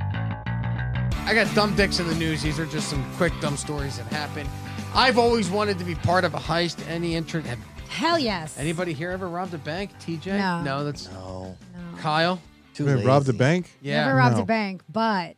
I got dumb dicks in the news. These are just some quick dumb stories that happen. I've always wanted to be part of a heist. Any intern? Have Hell yes. anybody here ever robbed a bank? TJ? No. that's No. Kyle. Too Wait, lazy. robbed a bank? Yeah. Never robbed No. a bank, but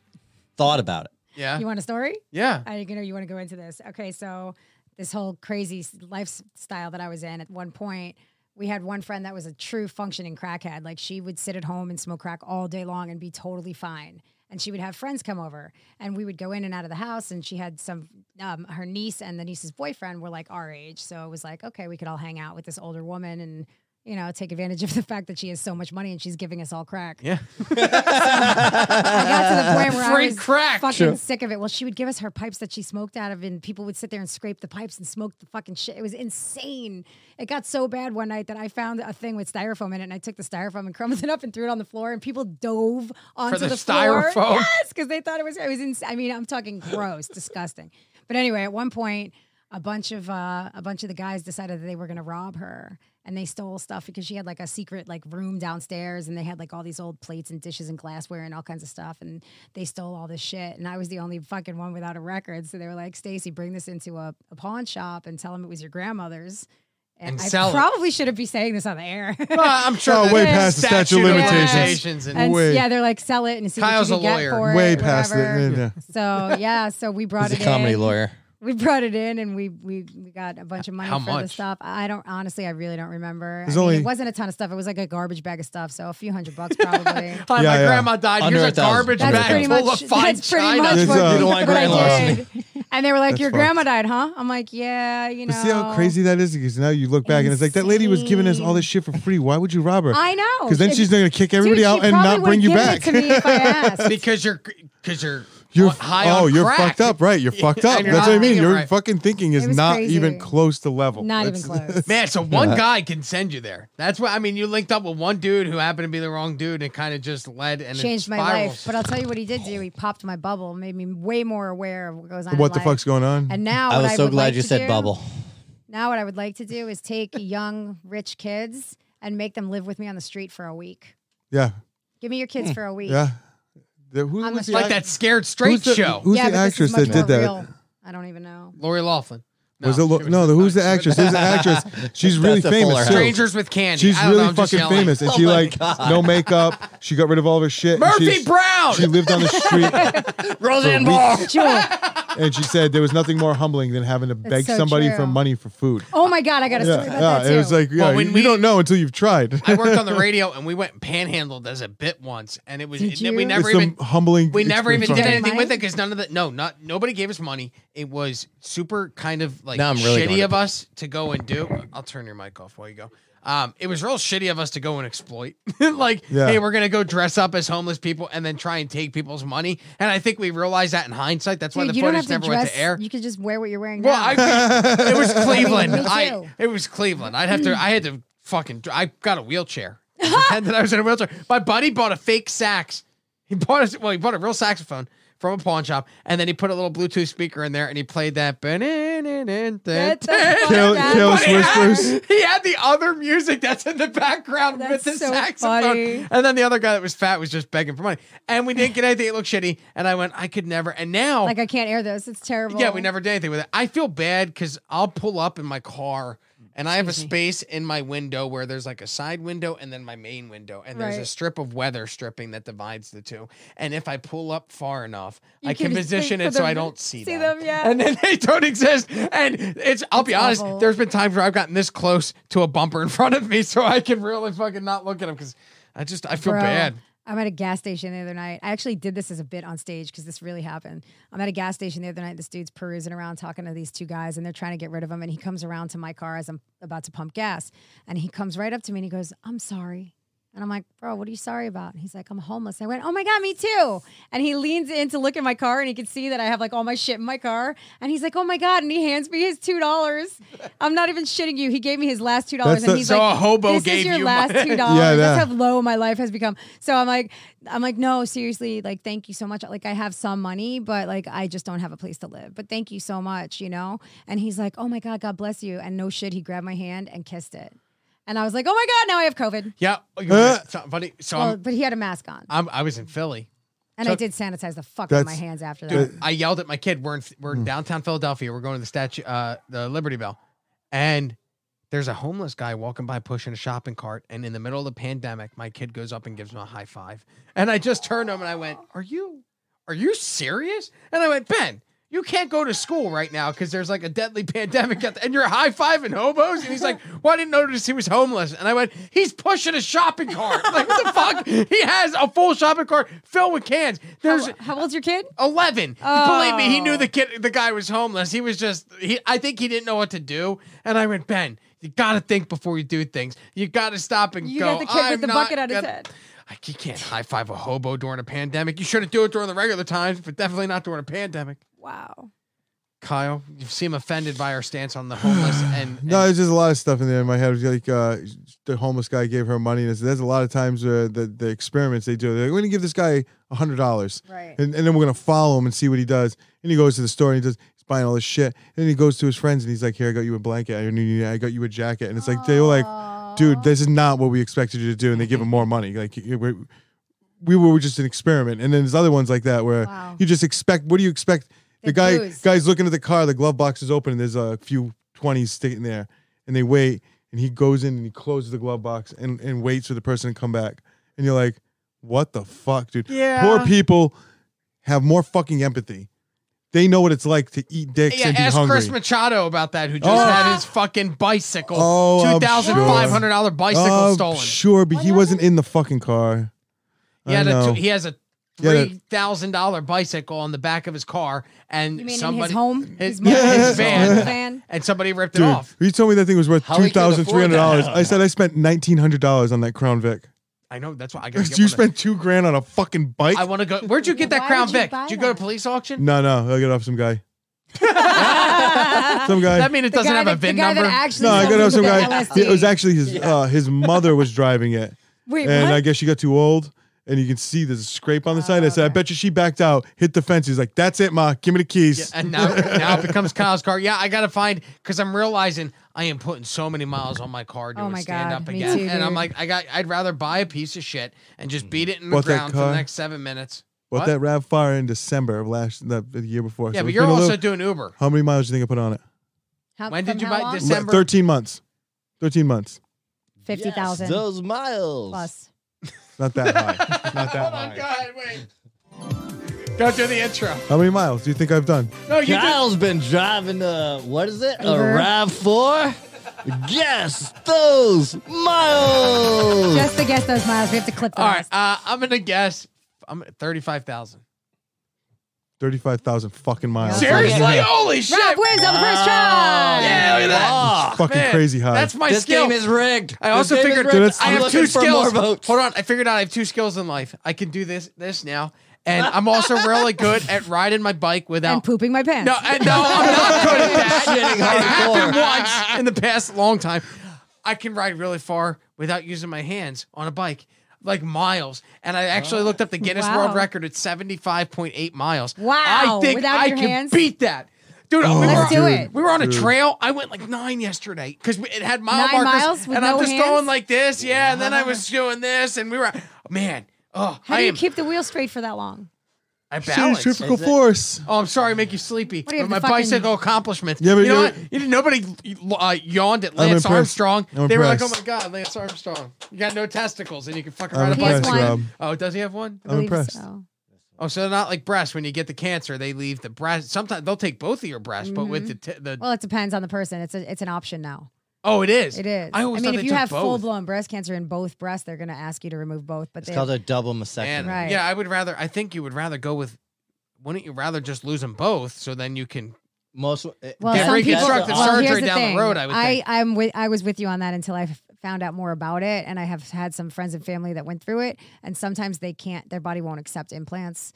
Thought about it. yeah. you want a story? yeah. I you know you want to go into this. Okay, so this whole crazy s- lifestyle that I was in at one point, we had one friend that was a true functioning crackhead. Like she would sit at home and smoke crack all day long and be totally fine. And she would have friends come over, and we would go in and out of the house. And she had some, um, her niece and the niece's boyfriend were like our age, so it was like okay, we could all hang out with this older woman and you know take advantage of the fact that she has so much money and she's giving us all crack. Yeah. I got to the point where Free I was crack. fucking sick of it. Well, she would give us her pipes that she smoked out of, and people would sit there and scrape the pipes and smoke the fucking shit. It was insane. It got so bad one night that I found a thing with styrofoam in it, and I took the styrofoam and crumbled it up and threw it on the floor, and people dove onto the floor. styrofoam? Yes, because they thought it was. It was. Ins- I mean, I'm talking gross, disgusting. But anyway, at one point, a bunch of uh, a bunch of the guys decided that they were going to rob her, and they stole stuff because she had like a secret like room downstairs, and they had like all these old plates and dishes and glassware and all kinds of stuff, and they stole all this shit. And I was the only fucking one without a record, so they were like, "Stacy, bring this into a, a pawn shop and tell them it was your grandmother's." And I sell it. probably shouldn't be saying this on the air. Well, I'm sure. Oh, that way there's past the statute of limitations. and, and s- Way- yeah, they're like sell it and see Kyle's what a you can lawyer. get for Way it, past whatever. it. Yeah. So yeah, so we brought He's it a comedy in. lawyer. We brought it in, and we we, we got a bunch of money How for the much? stuff. I don't honestly, I really don't remember. I There's mean, only- it wasn't a ton of stuff. It was like a garbage bag of stuff, so a few hundred bucks probably. Hi, Yeah, my yeah. grandma died. Under Here's a a thousand. garbage That's Under bag pretty full much. of fine that's pretty china. much It's, what, uh, You don't like what I grandmas. did. And they were like, That's "Your fucked. grandma died, huh?" I'm like, "Yeah, you know." But see how crazy that is? Because now you look back and it's like, that lady was giving us all this shit for free. Why would you rob her? I know. Because then If- she's going to kick Dude, everybody she out and probably not bring would've you given back. It to me if I asked. because you're because you're You're on- high oh, on you're crack. fucked up, right? You're fucked Yeah, up. and you're That's not what I mean. thinking Your right. fucking thinking is was not crazy. even close to level. Not even That's- close. Man, so one guy can send you there. That's what I mean. You linked up with one dude who happened to be the wrong dude and kind of just led and it changed my life. spirals. But I'll tell you what he did do. He popped my bubble, made me way more aware of what goes on. in What the life. fuck's going on? And now I what was so would glad like you to said do- bubble. Now what I would like to do is take young rich kids and make them live with me on the street for a week. yeah. Give me your Hmm. kids for a week. Yeah. The- who I'm was a- the like act- that scared straight who's the- show. Who's yeah, the but this actress is much that did more real. that? I don't even know. Lori Laughlin. was it she Lo- no? The, not. who's the She was actress? not. Who's the actress? She's really Beth Fuller famous. too. Strangers with Candy. She's I don't know, really I'm just fucking yelling. famous, and Oh she my like God. no makeup. She got rid of all of her shit. and Murphy she's- Brown. She lived on the street, Roseanne Ball. Jewel. and she said there was nothing more humbling than having to beg so somebody true. for money for food. Oh my God, I got a story yeah, about yeah, that too. it was like yeah, Well, when you we- don't know until you've tried. I worked on the radio and we went and panhandled as a bit once, and it was Did it- we you? never it's some even humbling. we never even did Did experience. they anything with money? it because none of the no not nobody gave us money. It was super kind of like Now I'm really going shitty to- of us to go and do. I'll turn your mic off while you go. Um, it was real shitty of us to go and exploit. like, Yeah. hey, we're gonna go dress up as homeless people and then try and take people's money. And I think we realized that in hindsight. That's why Dude, the you don't have footage to never went dress. to air. You could just wear what you're wearing Well, now. I, it was Cleveland. Me too. I, it was Cleveland. I'd have to. I had to fucking. I got a wheelchair. Pretend that I was in a wheelchair. My buddy bought a fake sax. He bought a well. He bought a real saxophone from a pawn shop, and then he put a little Bluetooth speaker in there, and he played that. Get the fuck Kill- out. kill But he had- Whispers. He had the other music that's in the background That's with the so saxophone. funny. And then the other guy that was fat was just begging for money. And we didn't get anything. It looked shitty. And I went, I could never. And now, Like I can't air this. It's terrible. yeah, we never did anything with it. I feel bad because I'll pull up in my car and I have a space in my window where there's like a side window and then my main window, and there's a Right. strip of weather stripping that divides the two. And if I pull up far enough, You I can, can think position for it so them I to don't see, see them. them, yeah. And then they don't exist. And it's I'll be honest, awful. there's been times where I've gotten this close to a bumper in front of me so I can really fucking not look at them because I just I feel Bro, bad. I'm at a gas station the other night. I actually did this as a bit on stage because this really happened. I'm at a gas station the other night. This dude's perusing around talking to these two guys and they're trying to get rid of him. And he comes around to my car as I'm about to pump gas. And he comes right up to me and he goes, I'm sorry. And I'm like, bro, what are you sorry about? And he's like, I'm homeless. I went, oh my God, me too. And he leans in to look at my car and he can see that I have like all my shit in my car. And he's like, oh my God. And he hands me his $2. I'm not even shitting you. He gave me his last $2. That's and the- he's So like, a hobo this gave is your you last money. $2. That's yeah. how low my life has become. So I'm like, I'm like, no, seriously, like, thank you so much. Like, I have some money, but like, I just don't have a place to live. But thank you so much, you know? And he's like, oh my God, God bless you. And no shit, he grabbed my hand and kissed it. And I was like, oh my God, now I have COVID. Yeah. you wanna- something funny. So Well, I'm, but he had a mask on, I'm, Um, I was in Philly. and I took- did sanitize the fuck out of my That's- hands after that. Dude, I yelled at my kid. We're in, we're Hmm. in downtown Philadelphia. We're going to the statue, uh, the Liberty Bell, and there's a homeless guy walking by pushing a shopping cart. And in the middle of the pandemic, my kid goes up and gives him a high five. And I just turned to him and I went, "Are you, are you serious?" And I went, "Ben, you can't go to school right now because there's like a deadly pandemic, at the, and you're high fiving hobos." And he's like, "Well, I didn't notice he was homeless." And I went, "He's pushing a shopping cart. Like what the fuck? He has a full shopping cart filled with cans. There's." How, how old's your kid? 11. Believe me, he knew Oh. the kid the guy was homeless. He was just he I think he didn't know what to do. And I went, "Ben, you got to think before you do things. You got to stop and You go." got the kid I'm with the not bucket on his gonna- head. I, you can't high five a hobo during a pandemic. You shouldn't do it during the regular times, but definitely not during a pandemic. Wow. Kyle, you seem offended by our stance on the homeless and, No, and- there's just a lot of stuff in there in my head. It was Like uh, the homeless guy gave her money. And it's- there's a lot of times uh, the the experiments they do. They're like, we're gonna give this guy hundred dollars, Right. and, and then we're gonna follow him and see what he does. And he goes to the store and he does. He's buying all this shit. And then he goes to his friends and he's like, "Here, I got you a blanket. I need- I got you a jacket." And it's like they were like, "Dude, this is not what we expected you to do." And they give him more money. Like we we were just an experiment. And then there's other ones like that where Wow. you just expect. What do you expect? The The guy booze. guy's looking at the car. The glove box is open, and there's a few twenties sitting there. And they wait, and he goes in and he closes the glove box and, and waits for the person to come back. And you're like, what the fuck, dude? Yeah. Poor people have more fucking empathy. They know what it's like to eat dicks yeah, and be ask hungry. Chris Machado about that, who just Oh. had his fucking bicycle, Oh, I'm two thousand five hundred dollar bicycle Oh, stolen. Sure, but he wasn't in the fucking car. He I had a, know. he has a He had a- three thousand dollar bicycle on the back of his car, and You mean somebody in his home? his, mom- Yeah. his his van, van. and somebody ripped Dude, it off. he told me that thing was worth How two he can thousand three afford hundred that. dollars. I said I spent nineteen hundred dollars on that Crown Vic. I know that's why I got. you spent two grand on a fucking bike? I want to go. Where'd you get that Why Crown would you Vic? buy Did you go to that? police auction? no, no, I got it off some guy. some guy. That mean it The doesn't guy have that, a VIN the guy number. That actually No, I got it off sells some the guy. LSD. It was actually his uh, his mother was driving it, Wait, and what? I guess she got too old. And you can see there's a scrape on the side. I said, I bet you she backed out, hit the fence. He's like, "That's it, ma. Give me the keys." Yeah, and now, now it becomes Kyle's car. Yeah, I gotta find because I'm realizing I am putting so many miles on my car doing Oh my stand God, up me again, too, and I'm dude. like, I got. I'd rather buy a piece of shit and just beat it in the Bought that ground for the car? next seven minutes. Bought that Rav Fire in December of last the, the year before. Yeah, So but it's you're been a also little- doing Uber. how many miles do you think I put on it? How- When did from you how buy long? this- Le- December- Thirteen months. Thirteen months. Fifty thousand Yes, those miles. plus. Not that high. Not that Hold on, go high. ahead, wait. Don't do the intro. How many miles do you think I've done? No, you do. Kyle's been driving a what is it? A Uber. Rav Four. Guess those miles. Just to guess those miles, we have to clip those. All right, uh, I'm gonna guess. I'm thirty-five thousand. Thirty-five thousand fucking miles. Seriously, Yeah. holy shit! Oh, Rob wins on the first Wow. try. Yeah, look at that. Fuck. Fucking crazy high. That's my Ah, This skill. game is rigged. I also this game figured is rigged. Dude, I I'm have looking two for skills. More votes. Hold on, I figured out I have two skills in life. I can do this, this now, and Uh, I'm also really good at riding my bike And without. pooping my pants. no, and no, I'm not good at that. Shitting it hardcore. happened once in the past long time. I can ride really far without using my hands on a bike, like miles. And I actually looked up the Guinness Wow. World Record at 75.8 miles. I Wow, think without I your can hands? beat that. Dude, we, were, Let's do it. we were on a Dude. trail. I went like nine yesterday because it had mile Nine markers, miles with and I'm no just hands? going like this, yeah. And then I was doing this, and we were, man, oh, How I do you am, keep the wheel straight for that long? I She's balanced. typical Is it- force. Oh, I'm sorry, I make you sleepy. What do you But have my to fucking- bicycle accomplishments. Yeah, but you know you're- what? You didn't- nobody uh, yawned at Lance impressed. Armstrong. I'm they were like, "Oh my impressed. god, Lance Armstrong, you got no testicles, and you can fucking I'm ride a bike." impressed, He has Rob. one. Oh, does he have one? I I'm believe impressed. So. Oh, so they're not like breasts. When you get the cancer, they leave the breast. Sometimes they'll take both of your breasts, but with the t- the Mm-hmm. Well, it depends on the person. It's a, it's an option now. oh, it is. It is. I always mean, thought if they you took have both. full blown breast cancer in both breasts, they're going to ask you to remove both. But It's they, called a double mastectomy. And Right. yeah, I would rather. I think you would rather go with. Wouldn't you rather just lose them both so then you can? Most uh, well, Yeah, some people, reconstructive well, here's surgery down the thing. road, I would think. I, am with, I was with you on that until I f- found out more about it, and I have had some friends and family that went through it, and sometimes they can't, their body won't accept implants.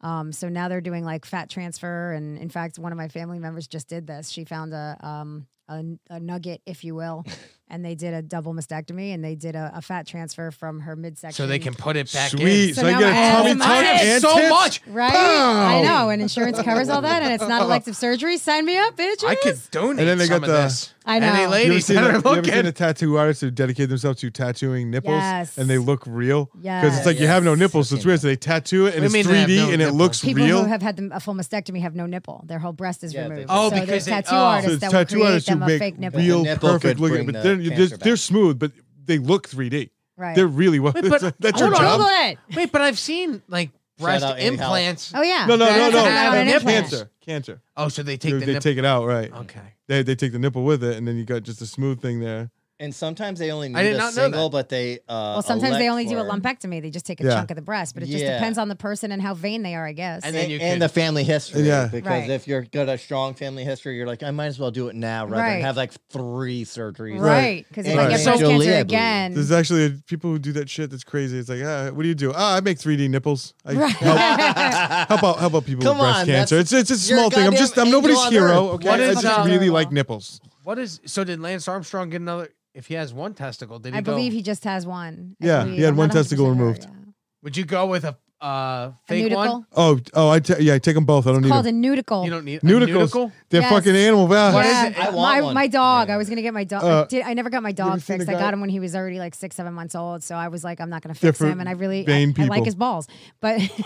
Um, so now they're doing like fat transfer, and in fact, one of my family members just did this. She found a um, a, a nugget, if you will, and they did a double mastectomy, and they did a, a fat transfer from her midsection. so they can put it back Sweet. in. So, So I now get I a have tummy to tuck buy it. and so tits? much. Right, Pow! I know, and insurance covers all that, and it's not elective surgery. Sign me up, bitch. I could donate. And then they some got of the- this. I know. You Any ever You ever, ladies seen, that are a, you ever seen looking? a tattoo artist who dedicated themselves to tattooing nipples Yes. and they look real? Because it's like you Yes. have no nipples, so Yes. it's weird. So they tattoo it and What it's do you mean they have 3D no and it nipples? looks People real. who have had them- a full mastectomy have no nipple. Their whole breast is Yeah, they removed. do. Oh, so there's because they- tattoo oh. artists so that will tattoo create artists who them a make fake nipple. real The nipple could perfect looking, bring but the they're, they're, cancer they're back. smooth, but they look 3D. right. They're really well. Wait, but- that's your hold on. job. Google it. Wait, but I've seen like breast out Andy Hall. implants. Oh yeah. No, no, That's no, what no. I got on an Nipples. implant. Cancer, cancer. Oh, so they They, take the they nip- take it out, right? Okay. They, they take the nipple with it, and then you got just a smooth thing there. And sometimes they only need I did a not know single, but they. Uh, Well, sometimes they elect only do a for- lumpectomy. They just take a Yeah. chunk of the breast, but it just Yeah. depends on the person and how vain they are, I guess. And And, then and, you could- the family history. Yeah. Because Right. if you're got a strong family history, you're like, I might as well do it now rather Right. than have like three surgeries. right. Because if I Right. get breast Angelina, I cancer believe. again, There's actually people who do that shit. That's crazy. It's like, ah, what do you do? Ah, I make 3D nipples. I help, help out, help out people Come with breast on, cancer. It's that's- it's a you're a small thing. I'm just I'm goddamn nobody's angel on hero. earth. Okay, What I is, just uh, really like nipples. What is so? Did Lance Armstrong get another? If he has one testicle, did he I go? believe he just has one. I Yeah, he believe. had I'm one not 100% testicle sure, removed. yeah. would you go with a uh, A fake one? nudicle. Oh oh, I ta- yeah, I take them both. I don't It's need called them. a nudicle. You don't need a Nudicles. nudicle? They're Yes. fucking animal. Yeah. What is yeah, it? I want my, one. my dog. Yeah. I was gonna get my dog. Uh, I, did, I never got my ever dog seen the fixed. I guy- got him when he was already like six, seven months old. So I was like, I'm not gonna fix Different him. And I really, vain I, I like people. his balls, but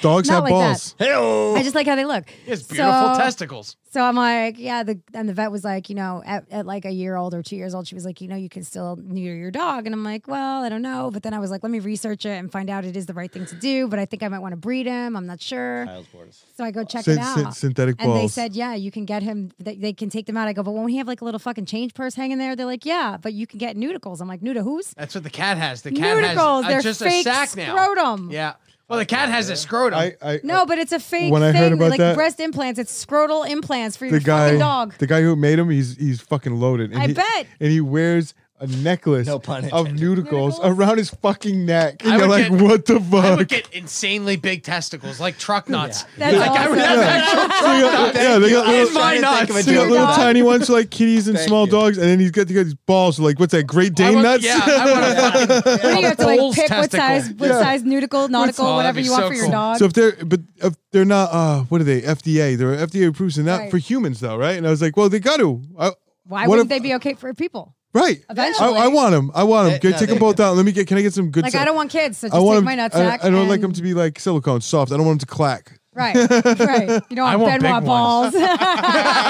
Dogs not like have that. balls. Hey-o. I just like how they look. He has beautiful So- testicles. So I'm like, yeah. The and the vet was like, you know, at, at like a year old or two years old, she was like, you know, you can still neuter your dog. And I'm like, well, I don't know. But then I was like, let me research it and find out it is the right thing to do. But I think I might want to breed him. I'm not sure. Kyle's bored. So I go check Syn- it out. syn- synthetic And they balls. said, yeah, you can get him. They, they can take them out. I go, but won't he have like a little fucking change purse hanging there? They're like, yeah, but you can get nudicles. I'm like, nuda who's? That's what the cat has. The cat Nudicles. has uh, they're just fake a sack now. scrotum. Yeah. Well, the cat has a scrotum. I, I No, but it's a fake When I thing. heard about like that- breast implants. It's scrotal implants for your the guy fucking dog. the guy who made him he's he's fucking loaded. And I he, bet. And he wears. A necklace No pun of intended. nudicles Nudicles? around his fucking neck, and I you're would like, get- "What the I fuck?" would get insanely big testicles, like truck nuts. That's like I would awesome. have Yeah. actual So you got- yeah, they got I little, didn't mind so nuts. you got Your little dog. tiny ones for like kitties and Thank small you. dogs, and then he's got, he got these balls. Like what's that? Great Dane I would- nuts? Yeah, I would have What do you have to like Bull's pick what testicle. size, what Yeah. size nudicle, nautical, Oh, that'd whatever be you want so for your cool. dog? so if they're but if they're not, uh, what are they? FDA? They're FDA approved, so not Right. for humans though, right? And I was like, well, they got to. I, Why what wouldn't they if- be okay for people? Right. Eventually. I, I want them. I want them. They- Can no, take them they- both out. Let me get. Can I get some good? Like sa- I don't want kids, so I just want take 'em- my nutsack. I, I don't like them and- to be like silicone soft. I don't want them to clack. Right, right. You I don't want want Benoit big ones. balls.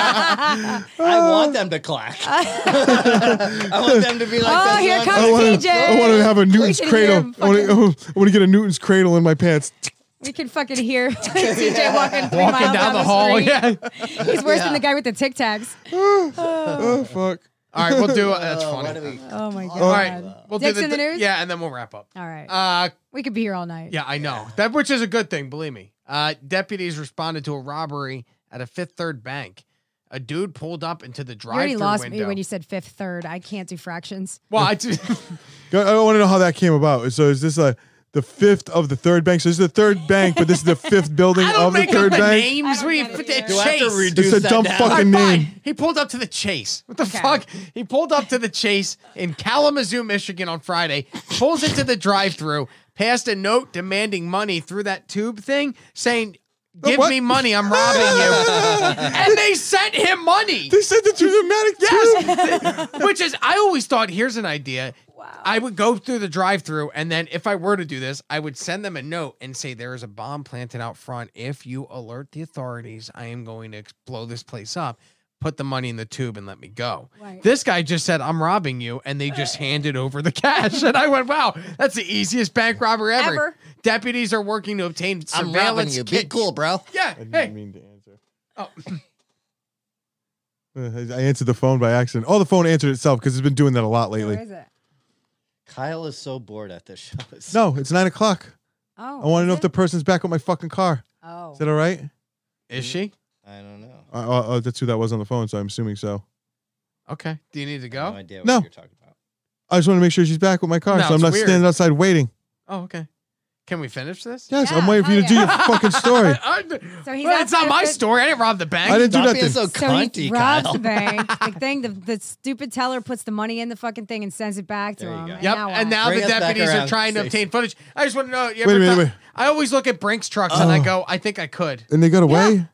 I Ah. want them to clack. I want them to be like, Oh, this here one- comes- I Oh, want. TJ. I want to have a Newton's can hear cradle. him I want to. I want to get a Newton's cradle in my pants. we can fucking hear CJ walking three walking miles down, the hall. street. Yeah. He's worse than Yeah. the guy with the Tic Tacs. Oh fuck. All right, we'll do. Uh, that's Oh, funny. what do we- Oh my god. All right, we'll Dicks do in the news? Yeah, and then we'll wrap up. All right. Uh, we could be here all night. yeah, I know that, which is a good thing, believe me. Uh, deputies responded to a robbery at a Fifth Third Bank. A dude pulled up into the You already drive-thru lost window. me when you said fifth, third. I can't do fractions. well, I do- I want to know how that came about. So is this a the fifth of the third bank? So this is the third bank, but this is the fifth building I don't of the make third up the bank. names. I don't We get it put the either. chase. Do I have to redo- It's a Reduce that dumb down. All right, fucking fine. name. He pulled up to the chase. What the Okay. fuck? He pulled up to the chase in Kalamazoo, Michigan on Friday, pulls into the drive thru, passed a note demanding money through that tube thing, saying, Give what? me money, I'm robbing you. and they sent him money. They sent it to dramatic too. Yes. Which is, I always thought, here's an idea. I would go through the drive through and then if I were to do this, I would send them a note and say, there is a bomb planted out front. If you alert the authorities, I am going to ex- blow this place up. Put the money in the tube and let me go. Right. This guy just said, I'm robbing you. And they just handed over the cash. And I went, wow, that's the easiest bank robber ever. Ever. Deputies are working to obtain I'm robbing surveillance you. Be kit- cool, bro. Yeah. I didn't Hey. mean to answer. Oh. Uh, I answered the phone by accident. Oh, the phone answered itself because it's been doing that a lot Where lately. is it? Kyle is so bored at this show. It's- No, it's nine o'clock. Oh. I want to is know if the it? person's back with my fucking car. Oh. Is that all right? Is she? I don't know. Uh, uh, uh, that's who that was on the phone, so I'm assuming so. Okay. Do you need to I go? have No idea what No. you're talking about. I just want to make sure she's back with my car, No, so I'm it's not weird. standing outside waiting. Oh, okay. Can we finish this? Yes, Yeah, I'm waiting for you to hell do your yeah. fucking story. I- So he's well, it's not asking my if it- story. I didn't rob the bank. I didn't do Stop nothing. being so So he cunty, robs Kyle. the bank. the thing, the, the stupid teller puts the money in the fucking thing and sends it back to There you him. go. And Yep, now and what? now Bring the us back deputies are around, trying to Stacey. obtain footage. I just want to know. You Wait a ever minute, thought- wait. I always look at Brinks trucks and I Oh. go, I think I could. And they got away.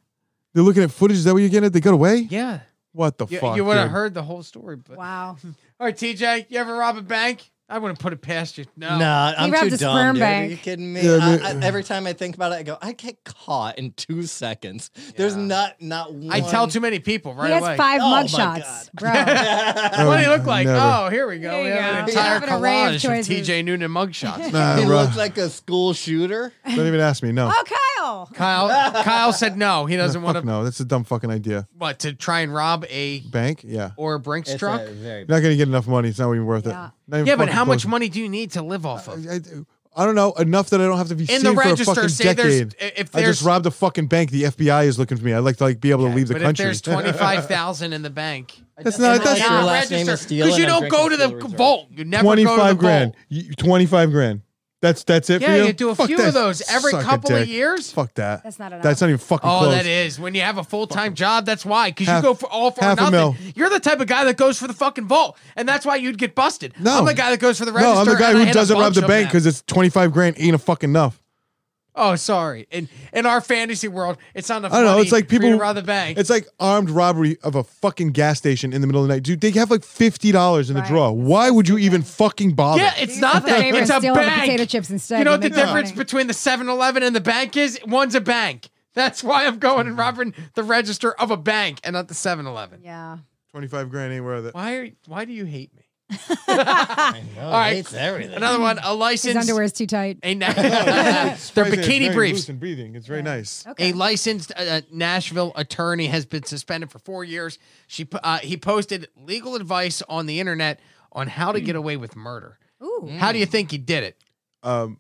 They're looking at footage. Is that what you're getting at? They got away. Yeah, What the you, fuck? would have dude? heard the whole story. But wow. all right, TJ, you ever rob a bank? I wouldn't put it past you. No, Nah, He I'm robbed too a sperm dumb, dude. Are bank. you kidding me? Yeah, I- but- I- every time I think about it, I go, I get caught in two seconds. There's Yeah. not not one. I tell too many people right he has away. five Oh my mugshots, God. bro. Oh, What do you look like? never. Oh, here we go. There we you have an go. entire Have an array of collage of choices. TJ Noonan mugshots. Nah, he bro. looks like a school shooter. Don't even ask me. No. oh, Kyle. Kyle, Kyle said no. He doesn't want Fuck to no, that's a dumb fucking idea. what to try and rob a Bank, yeah. or a Brinks It's truck. a very You're not gonna get enough money. It's not even worth Yeah. it. Not even yeah, but fucking how much close. money do you need to live off of? I, I- I don't know enough that I don't have to be In seen the for a register, fucking say there's decade. if I there's just robbed a fucking bank. The FBI is looking for me. I'd like to like be able to leave the but country. if there's twenty five thousand in the bank, That's not- Am I that's not your last name is Steele because you and I'm don't go to drinking the Steele Reserve. vault. You never go to the twenty-five grand. vault. You- Twenty-five grand. That's that's it for Yeah, you. you do a Fuck few that. of those every Suck a couple of dick. years. Fuck that. That's not enough. That's not even fucking Oh, close. that is when you have a full time job. That's why, because you Half- go for all for half a mil. nothing. You're the type of guy that goes for the fucking vault, and that's why you'd get busted. No. I'm the guy that goes for the register. No, I'm the guy and I who hit a doesn't rob bunch the of bank them. because it's twenty-five grand ain't a fucking enough. Oh, sorry. In in our fantasy world, it's not enough. I don't know. money It's like for you to people rob the bank. It's like armed robbery of a fucking gas station in the middle of the night, dude. They have like fifty dollars in the Right. drawer. Why would you even fucking bother? yeah, it's not that. Favorite, It's a steal all the potato bank. chips instead. You know You'll what the make more difference money. between the 7-Eleven and the bank is? One's a bank. That's why I'm going Mm-hmm. and robbing the register of a bank and not the 7-Eleven. Yeah. twenty-five grand ain't worth it. Why are why do you hate me? All right. right, it's everything. Another one, a His licensed underwear is too tight. a na- they're bikini briefs. and breathing. It's very nice. Okay. A licensed uh, Nashville attorney has been suspended for four years. She po- uh, he posted legal advice on the internet on how to get away with murder. Ooh. How do you Mm. think he did it? Um,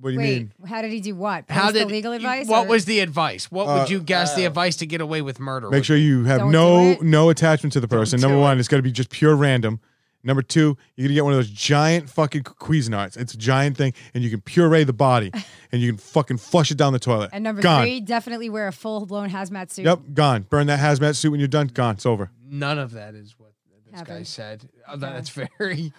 what do you Wait, mean? how did he do what? Post How the did legal advice? What or- was the advice? What would Uh, you guess the advice to get away with murder? Make would sure be? you have Don't no do it. no attachment to the person. do Number it. one, it's got to be just pure random. Number two, you're gonna get one of those giant fucking Cuisinarts. It's a giant thing, and you can puree the body, and you can fucking flush it down the toilet. And number gone. three, definitely wear a full blown hazmat suit. Yep, gone. Burn that hazmat suit when you're done. Gone. It's over. None of that is what this guy Happened. said. Oh, that- Okay. That's very.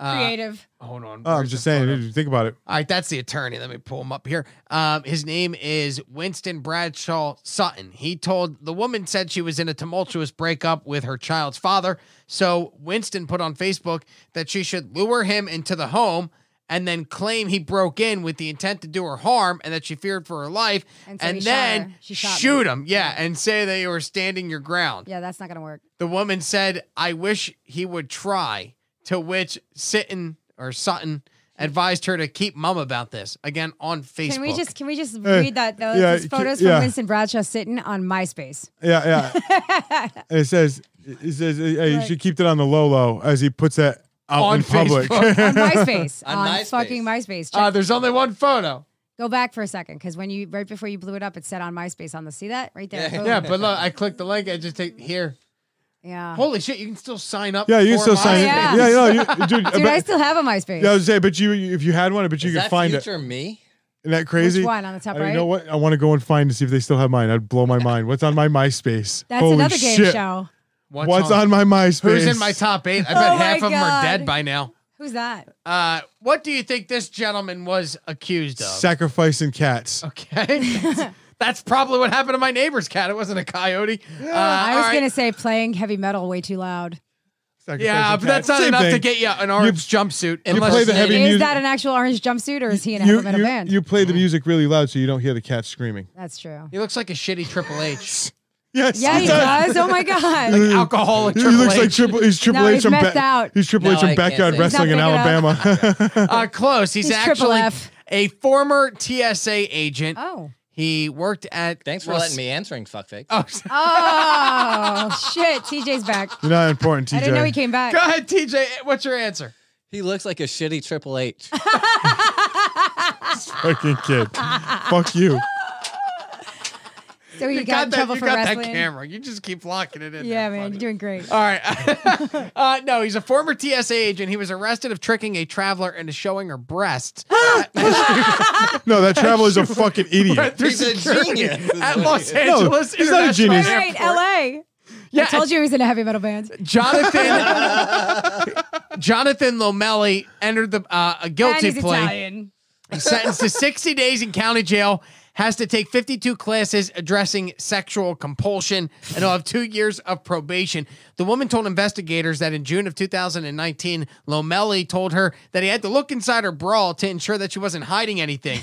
Uh, Creative. hold on. Oh, I'm where's just the saying. photo? dude, Think about it. All right, that's the attorney. Let me pull him up here. Um, his name is Winston Bradshaw Sutton. He told the woman said she was in a tumultuous breakup with her child's father. So Winston put on Facebook that she should lure him into the home and then claim he broke in with the intent to do her harm and that she feared for her life And and, so he shot then her. She shot him. shoot him. Yeah, and say that you were standing your ground. Yeah, that's not gonna work. The woman said, I wish he would try, to which Sitton or Sutton advised her to keep mum about this. Again on Facebook. Can we just can we just Hey, read that though? yeah, These photos c- yeah. from Winston Bradshaw sitting on MySpace. Yeah, yeah. And it says it says hey, you Right. should keep that on the low low as he puts that out on Oh, in public. Facebook. On MySpace. On on MySpace. fucking MySpace. Check- uh, there's only one photo. Go back for a second, because when you right before you blew it up, it said on MySpace on the see that right there. Boom. Yeah, but look, I clicked the link. I just take here. yeah. Holy shit, you can still sign up. yeah, you can for still sign. MySpace. Yeah, yeah, no, you, dude. Dude, I but, still have a MySpace. yeah, I was saying, but you if you had one, I bet you Is could that find it. future me? Isn't that crazy? Which one on the top I mean, right? You know what? I want to go and find to see if they still have mine. I'd blow my mind. What's on my MySpace? That's Holy another game shit. show. What's, What's, on? my MySpace? Who's in my top eight? I bet Oh my half of them are God. dead by now. Who's that? Uh, what do you think this gentleman was accused of? Sacrificing cats. okay. That's probably what happened to my neighbor's cat. It wasn't a coyote. Uh, Oh, I all was right. gonna say playing heavy metal way too loud. Sacrificing Yeah, but that's cats. not Same enough to thing. get you an orange jumpsuit. You unless play the heavy it's- Is music- that an actual orange jumpsuit or is he in a you, heavy metal you- band? you play the music really loud so you don't hear the cats screaming. That's true. He looks like a shitty Triple H, Yes. Yeah, he does. Oh my god. alcoholic He Triple looks H. like triple. He's triple No, H he's from messed out. He's triple No, H from I can't backyard say. He's not wrestling in big enough. Alabama. uh, close. He's, He's Triple actually F. a former TSA agent. Oh. He worked at. Thanks for Los- letting me answering, fuckface. Oh, Uh, Oh shit. TJ's back. You're not important, TJ. I didn't know he came back. go ahead, TJ. What's your answer? He looks like a shitty Triple H. Fucking kid. Fuck you. So you, You got, in got that. trouble You for got wrestling. that camera. Oh, You just keep locking it in. Yeah, there, man, buddy. you're doing great. All right. uh, no, he's a former TSA agent. He was arrested of tricking a traveler into showing her breasts No, that traveler's a fucking idiot. through He's a security genius. at Los No, Angeles. he's not a International genius. All right, Airport. L.A. Yeah, I told you he was in a heavy metal band. Jonathan Jonathan Lomelli entered the uh, a And guilty he's plea. Italian. He's sentenced to 60 days in county jail. Has to take 52 classes addressing sexual compulsion, and will have two years of probation. The woman told investigators that in June of 2019, Lomelli told her that he had to look inside her bra to ensure that she wasn't hiding anything.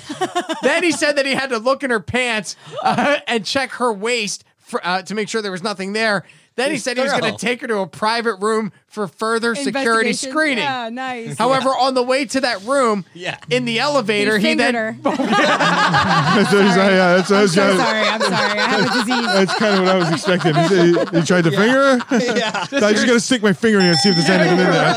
then he said that he had to look in her pants uh, and check her waist for, uh, to make sure there was nothing there. Then he He's said he was going thorough. to take her to a private room for further security Investigation. screening. Yeah, nice. However, on the way to that room, Yeah. in the elevator, he, fingered then her. That's what he's- yeah, that's what I I'm was so gonna- sorry. I'm sorry. I have a disease. That's kind of what I was expecting. He, said he- he tried to finger her? Yeah. I just gotta stick my finger in here and see if there's anything in there. Is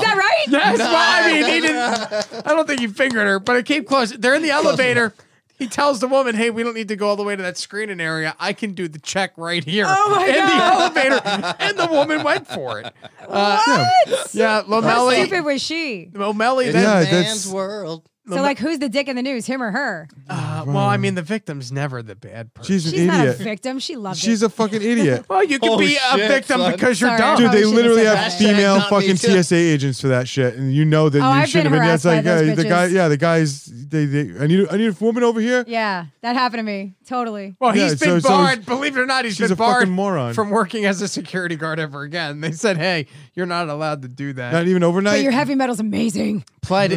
that right? Yes, well, I mean, he didn't. I don't think he fingered her, but it came close. They're in the elevator. He tells the woman, "Hey, we don't need to go all the way to that screening area. I can do the check right here Oh my in God. the elevator." And the woman went for it. What? Yeah, How Lomelli. stupid was she? Lomelli. Yeah, Then, that's- man's world. So like, who's the dick in the news? Him or her? uh, well, I mean, the victim's never the bad person. She's an She's not a idiot. victim. She loved She's it. a fucking idiot. well, you can Oh, be a shit, victim son. because you're Sorry, dumb. I Dude, they shouldn't literally have have said that. female Hashtag not me fucking too. TSA agents for that shit, and you know that Oh, you I've should been have been. That's harassed by like those yeah, the guy. bitches. Yeah, the guys. They, they. I need. I need a woman over here. Yeah, that happened to me. Totally. Well, Yeah, he's been so- so barred. believe it or not, he's she's been a fucking barred moron. from working as a security guard ever again. They said, "Hey, you're not allowed to do that." Not even But overnight. your heavy metal's amazing. Pled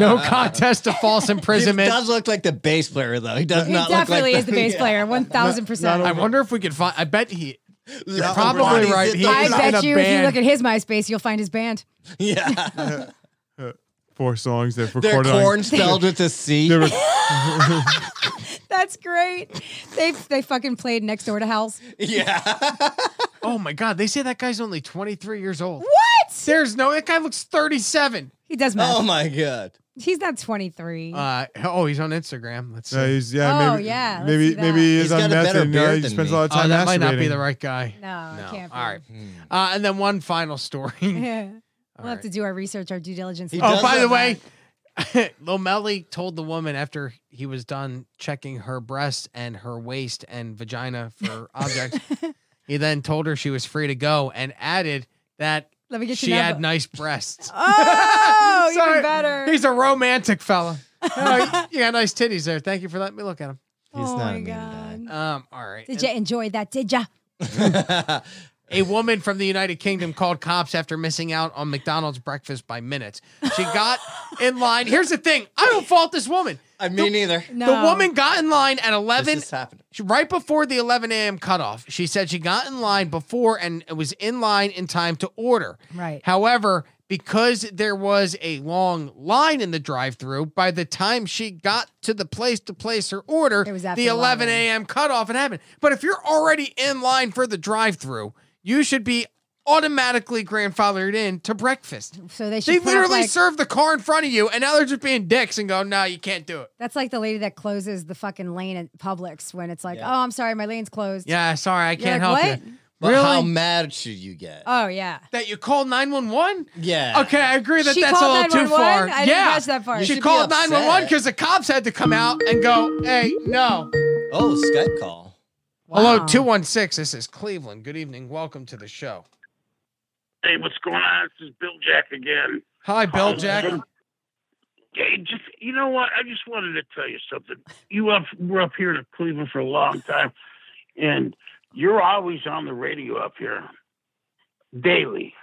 no contest to false He imprisonment. does look like the bass player, though. He does He not look definitely like is the bass player, one thousand percent. I wonder if we could find. I bet he. You're probably right. He I is in a bet you, if you band. look at his MySpace, you'll find his band. Yeah. Four songs they've They're recorded. on- corn spelled with a C. They were- That's great. They they fucking played next door to Hal's. Yeah. Oh my God! They say that guy's only 23 years old. What? There's no. That guy looks 37. He does math. Oh my god. He's not twenty three. Uh, oh, he's on Instagram. Let's see. uh, he's- yeah, Oh, maybe, yeah, let's do Maybe that. maybe he is He's on got a meth better and uh, beard he than spends me. a lot of oh, time that might not be masturbating. the right guy. no, it can't be. Hmm. All right. Uh, and then one final story. Yeah. We'll have right. to do our research, our due diligence. He Oh, does by the have way, Lomelli told the woman after he was done checking her breasts and her waist and vagina for objects, he then told her she was free to go and added that Let me get she your had number. nice breasts. Oh, Sorry. even better. He's a romantic fella. Oh, you got nice titties there. Thank you for letting me look at them. He's oh not a my mean god. Um, all right. Did you enjoy that? Did ya? A woman from the United Kingdom called cops after missing out on McDonald's breakfast by minutes. She got in line. Here's the thing. I don't fault this woman. I mean, Uh, neither. No. The woman got in line at 11 This is happening. She- right before the 11 a.m. cutoff, she said she got in line before and was in line in time to order. Right. However, because there was a long line in the drive-through, by the time she got to the place to place her order, It was after the 11 11. a.m. cutoff had happened. But if you're already in line for the drive-through, you should be automatically grandfathered in to breakfast. So they should They put up, literally like- serve the car in front of you, and now they're just being dicks and go, "No, you can't do it." That's like the lady that closes the fucking lane at Publix when it's like, oh, I'm sorry, my lane's closed. Yeah, sorry, I can't like, help "What?" you. But Really? how mad should you get? Oh yeah. that you called 911? yeah. Okay, I agree that She that's a called little too 911? far. I yeah. didn't catch that part. You She should be called upset. 911 because the cops had to come out and go, hey, no. Oh, Skype call. Hello, Wow. 216. This is Cleveland. Good evening. Welcome to the show. Hey, what's going on? This is Bill Jack again. Um, Hi, Bill Jack. Hey, just you know what? I just wanted to tell you something. You up we're up here in Cleveland for a long time, and you're always on the radio up here daily.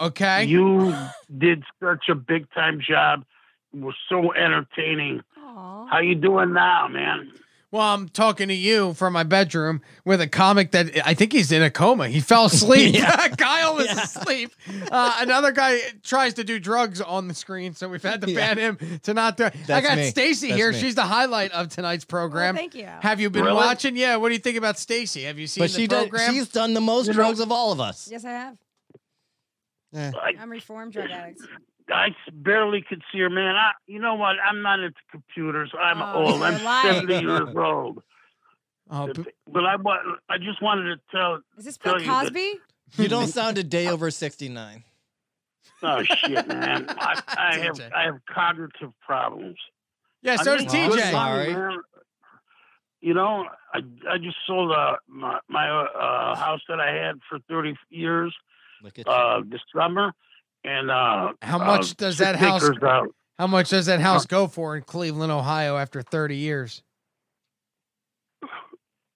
Okay. You did such a big time job. You Were so entertaining. Aw. How you doing now, man? Well, I'm talking to you from my bedroom with a comic that I think he's in a coma. He fell asleep. Kyle is asleep. Uh, another guy tries to do drugs on the screen, so we've had to ban him to not do. I That's got me. Stacy That's here. me. She's the highlight of tonight's program. Well, Oh, thank you. Have you been Really? watching? Yeah. What do you think about Stacy? Have you seen But the she did, program? she's done the most drugs of all of us. Yes, I have. Eh. Like, I'm reformed drug addict. I s- barely could see her, man. I, you know what? I'm not into computers. I'm Oh, old. I'm you're lying. 70 years old. Oh, p- But I, wa- I just wanted to tell. Is this Tell Bill you that- Cosby? You don't sound a day over 69. Oh shit, man! I, I have TJ. I have cognitive problems. Yeah, so I'm does just losing TJ. Sorry. money, man. You know, I I just sold uh, my my uh, house that I had for 30 years Look at you. uh, this summer, and uh, How uh, much does six that house- acres out. How much does that house go for in Cleveland, Ohio, after 30 years?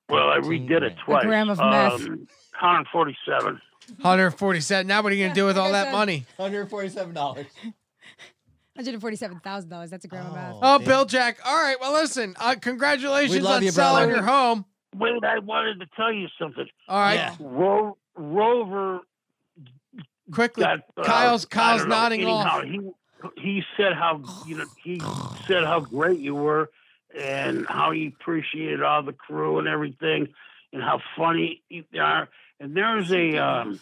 Well, I redid it A twice. gram of meth. Um, 147. 147. Now what are you gonna do with all that money? $147. $147,000. That's a gram of math. Oh. Oh, damn. Bill Jack. All right. Well, listen. Uh, We congratulations love on you, brother. selling your home. Wait, I wanted to tell you something. All right. Yeah. Ro- Rover Quickly. got uh, Kyle's- I Kyle's don't know, nodding anyhow, He he said how you know he said how great you were and how he appreciated all the crew and everything and how funny you are. And there's a um,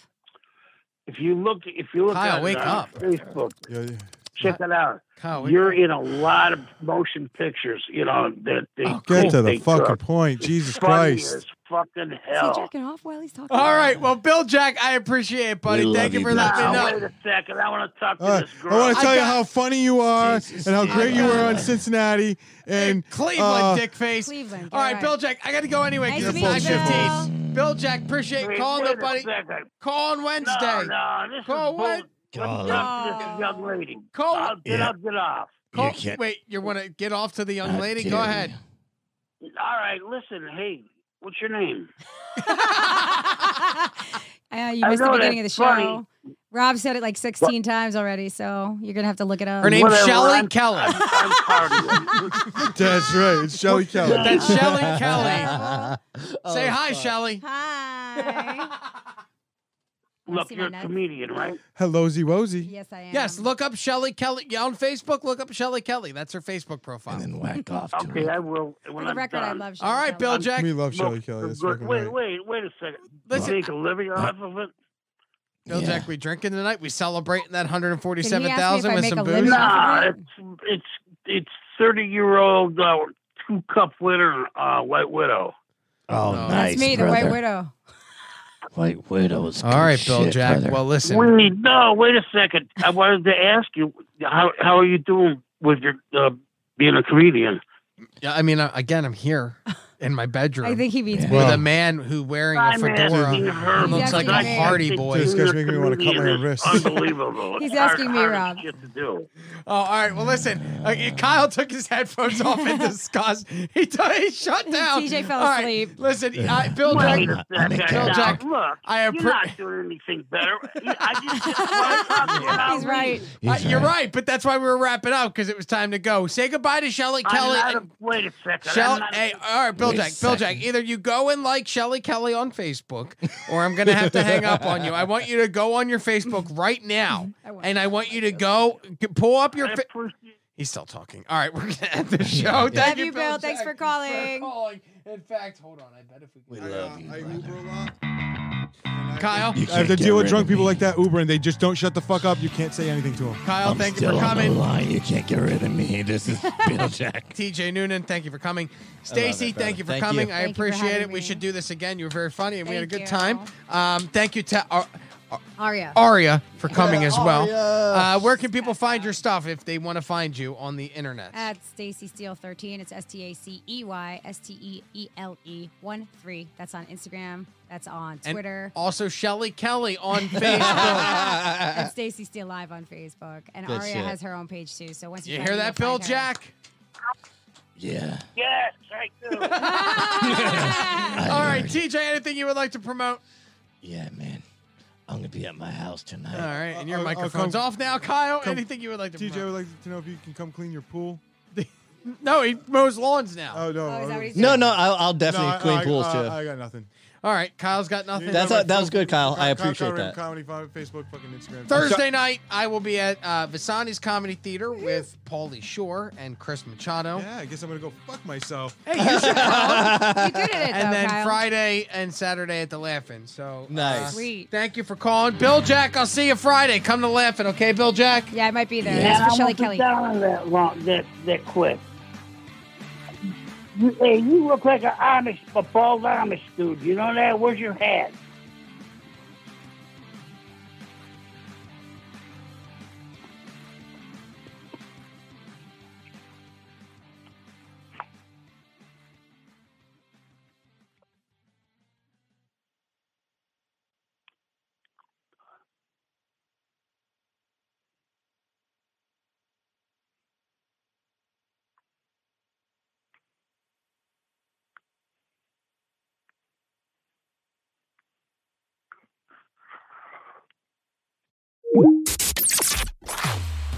if you look if you look Kyle, at wake uh, up. Facebook, Yeah, yeah. check it out. Kyle, we- You're in a lot of motion pictures, you know that they Oh, Get to the they fucking took. point. Jesus Funny Christ. as fucking Is he hell. jerking off while he's talking? all right. Well, Bill Jack, I appreciate it, buddy. We love Thank you you, for Bill. letting Now, me know. wait a second. I want to talk to All right. this Uh, I girl. want to tell I you got- how funny you are Jesus, and how dude. great you were on Cincinnati. And Cleveland, uh, dickface. Cleveland, All right, you're Bill Jack, I got to go anyway. Nice because to it's meet you, 9:15. Bill Jack, appreciate you Wait, calling wait up, a buddy. second. Call on Wednesday. No, no, this Call is Wed- bull- Let's talk to this young lady. Call- I'll get up, get off. Call, can't- wait, you want to get off to the young How lady? dare Go you. ahead. All right, listen. Hey, what's your name? uh, you I missed the know beginning of the that's show. funny. Rob said it like 16 times already, so you're going to have to look it up. Her name's Whatever, Shelly I'm- Kelly. I'm, I'm sorry. that's right. It's Shelly Kelly. That's Shelly Kelly. Terrible. Say hi, fuck. Shelly. Hi. Look, see my you're a nuts? comedian, right? Hello, Z Wozy. yes, I am. Yes, look up Shelly Kelly. Yeah, on Facebook, look up Shelly Kelly. That's her Facebook profile. And then whack off to Okay, it. I will. For When the I'm record, I done. love Shelly All Kelly. right, Bill Jack. We love Look, Shelly Kelly. the That's good- fucking wait, right. wait, wait a second. Listen, Make a living off of it? Bill Yeah. Jack, we drinking tonight. We celebrating that Did he ask me if 147,000 I with make some a booze. living off Nah, of it? it's it's it's thirty year old uh, two cup winner uh, White Widow. Oh, No. nice. That's me, the brother. White Widow. White Widow's. All right, good Bill shit, Jack. brother. Well, listen. Wait, no, wait a second. I wanted to ask you how how are you doing with your uh, being a comedian? Yeah, I mean, uh, again, I'm here in my bedroom I think he beats Yeah. me. with a Wow. man who wearing a I'm asking fedora. her. looks like a Hardy Boy. This guy's making me wanna cut my Comedian is wrists. Unbelievable. He's It's hard- asking me, hard Rob. Shit to do. Oh, all right. Well, listen. Uh, Kyle took his headphones off in disgust. He, t- he shut down. TJ fell All right, asleep. Listen, I, Bill Wait Jack. a I'm a second. cat. Now, Jack, look, I you're appre- not doing anything better. I just just He's right. Uh, He's you're right, but that's why we were wrapping up because it was time to go. Say goodbye to Shelly Kelly. I'm not a, wait a second. Shell, I'm not a- hey, uh, all right, Bill Wait a Jack, Bill Jack. second. Either you go and like Shelly Kelly on Facebook, or I'm gonna have to hang up on you. I want you to go on your Facebook right now, I won't. and I want you to go g- pull up your. I Fa- appreciate- He's still talking. All right, we're gonna end the show. Thank Love you, you, Bill. Thanks Jack, for calling. calling. In fact, hold on. I bet if we We can. love you, I brother. Uber a lot. Kyle, You I have can't to get deal with rid drunk of people me. like that Uber, and they just don't shut the fuck up. You can't say anything to them. Kyle, I'm thank you still for on the coming. line. You can't get rid of me. This is Bill Jack. TJ Noonan, thank you for coming. it, Stacy, thank brother. you for Thank you. coming. I Thank you for appreciate having it. me. We should do this again. You were very funny, and we had a good Thank time. Um, thank you to. Ar- Aria. Aria for coming as Oh, well. Aria. Uh, where can people find your stuff if they want to find you on the internet? At Stacy Steele 13. It's S T A C E Y S T E E L E 1 3. That's on Instagram. That's on And uh, Twitter. also, Shelly Kelly on Facebook. and Stacy Steele Live on Facebook. And Good Aria shit. has her own page too. So once you, you find hear me, that, you'll Bill find her. Jack? Yeah. Yes, I do. I All right, heard. TJ, anything you would like to promote? Yeah, man. I'm gonna be at my house tonight. All right, and your I'll- I'll microphone's Uh, come- off now, Kyle. come- anything you would like to TJ would promote? like to know if you can come clean your pool. No, he mows lawns now. Oh no. Oh, is that what he said? No, no, I'll, I'll definitely I- clean I- uh, pools I- too. I got nothing. All right, Kyle's got nothing. That's how a- that was good, Kyle. I appreciate that. Comedy, Fi- Facebook, fucking Instagram. Thursday night, I will be at uh, Visani's Comedy Theater with Paulie Shore and Chris Machado. Yeah, I guess I'm gonna go fuck myself. Hey, you should come. You good at it, and though, then Kyle. Friday and Saturday at the Laughing. So uh, Nice. Sweet. Thank you for calling, Bill Jack. I'll see you Friday. Come to Laughing, okay, Bill Jack? Yeah, I might be there. And I That's for Shelly wasn't Kelly. down that long, that that quick. You, hey, you look like an Amish, a bald Amish dude. You know that? Where's your hat?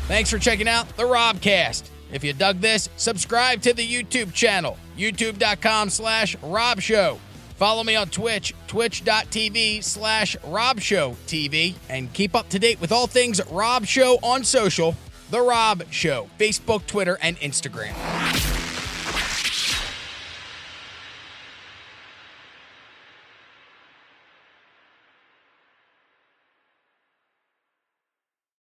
Thanks for checking out the Robcast. If you dug this, subscribe to the YouTube channel, youtube.com slash Rob Show. Follow me on Twitch, twitch.tv slash Rob Show TV, and keep up to date with all things Rob Show on social, The Rob Show, Facebook, Twitter, and Instagram.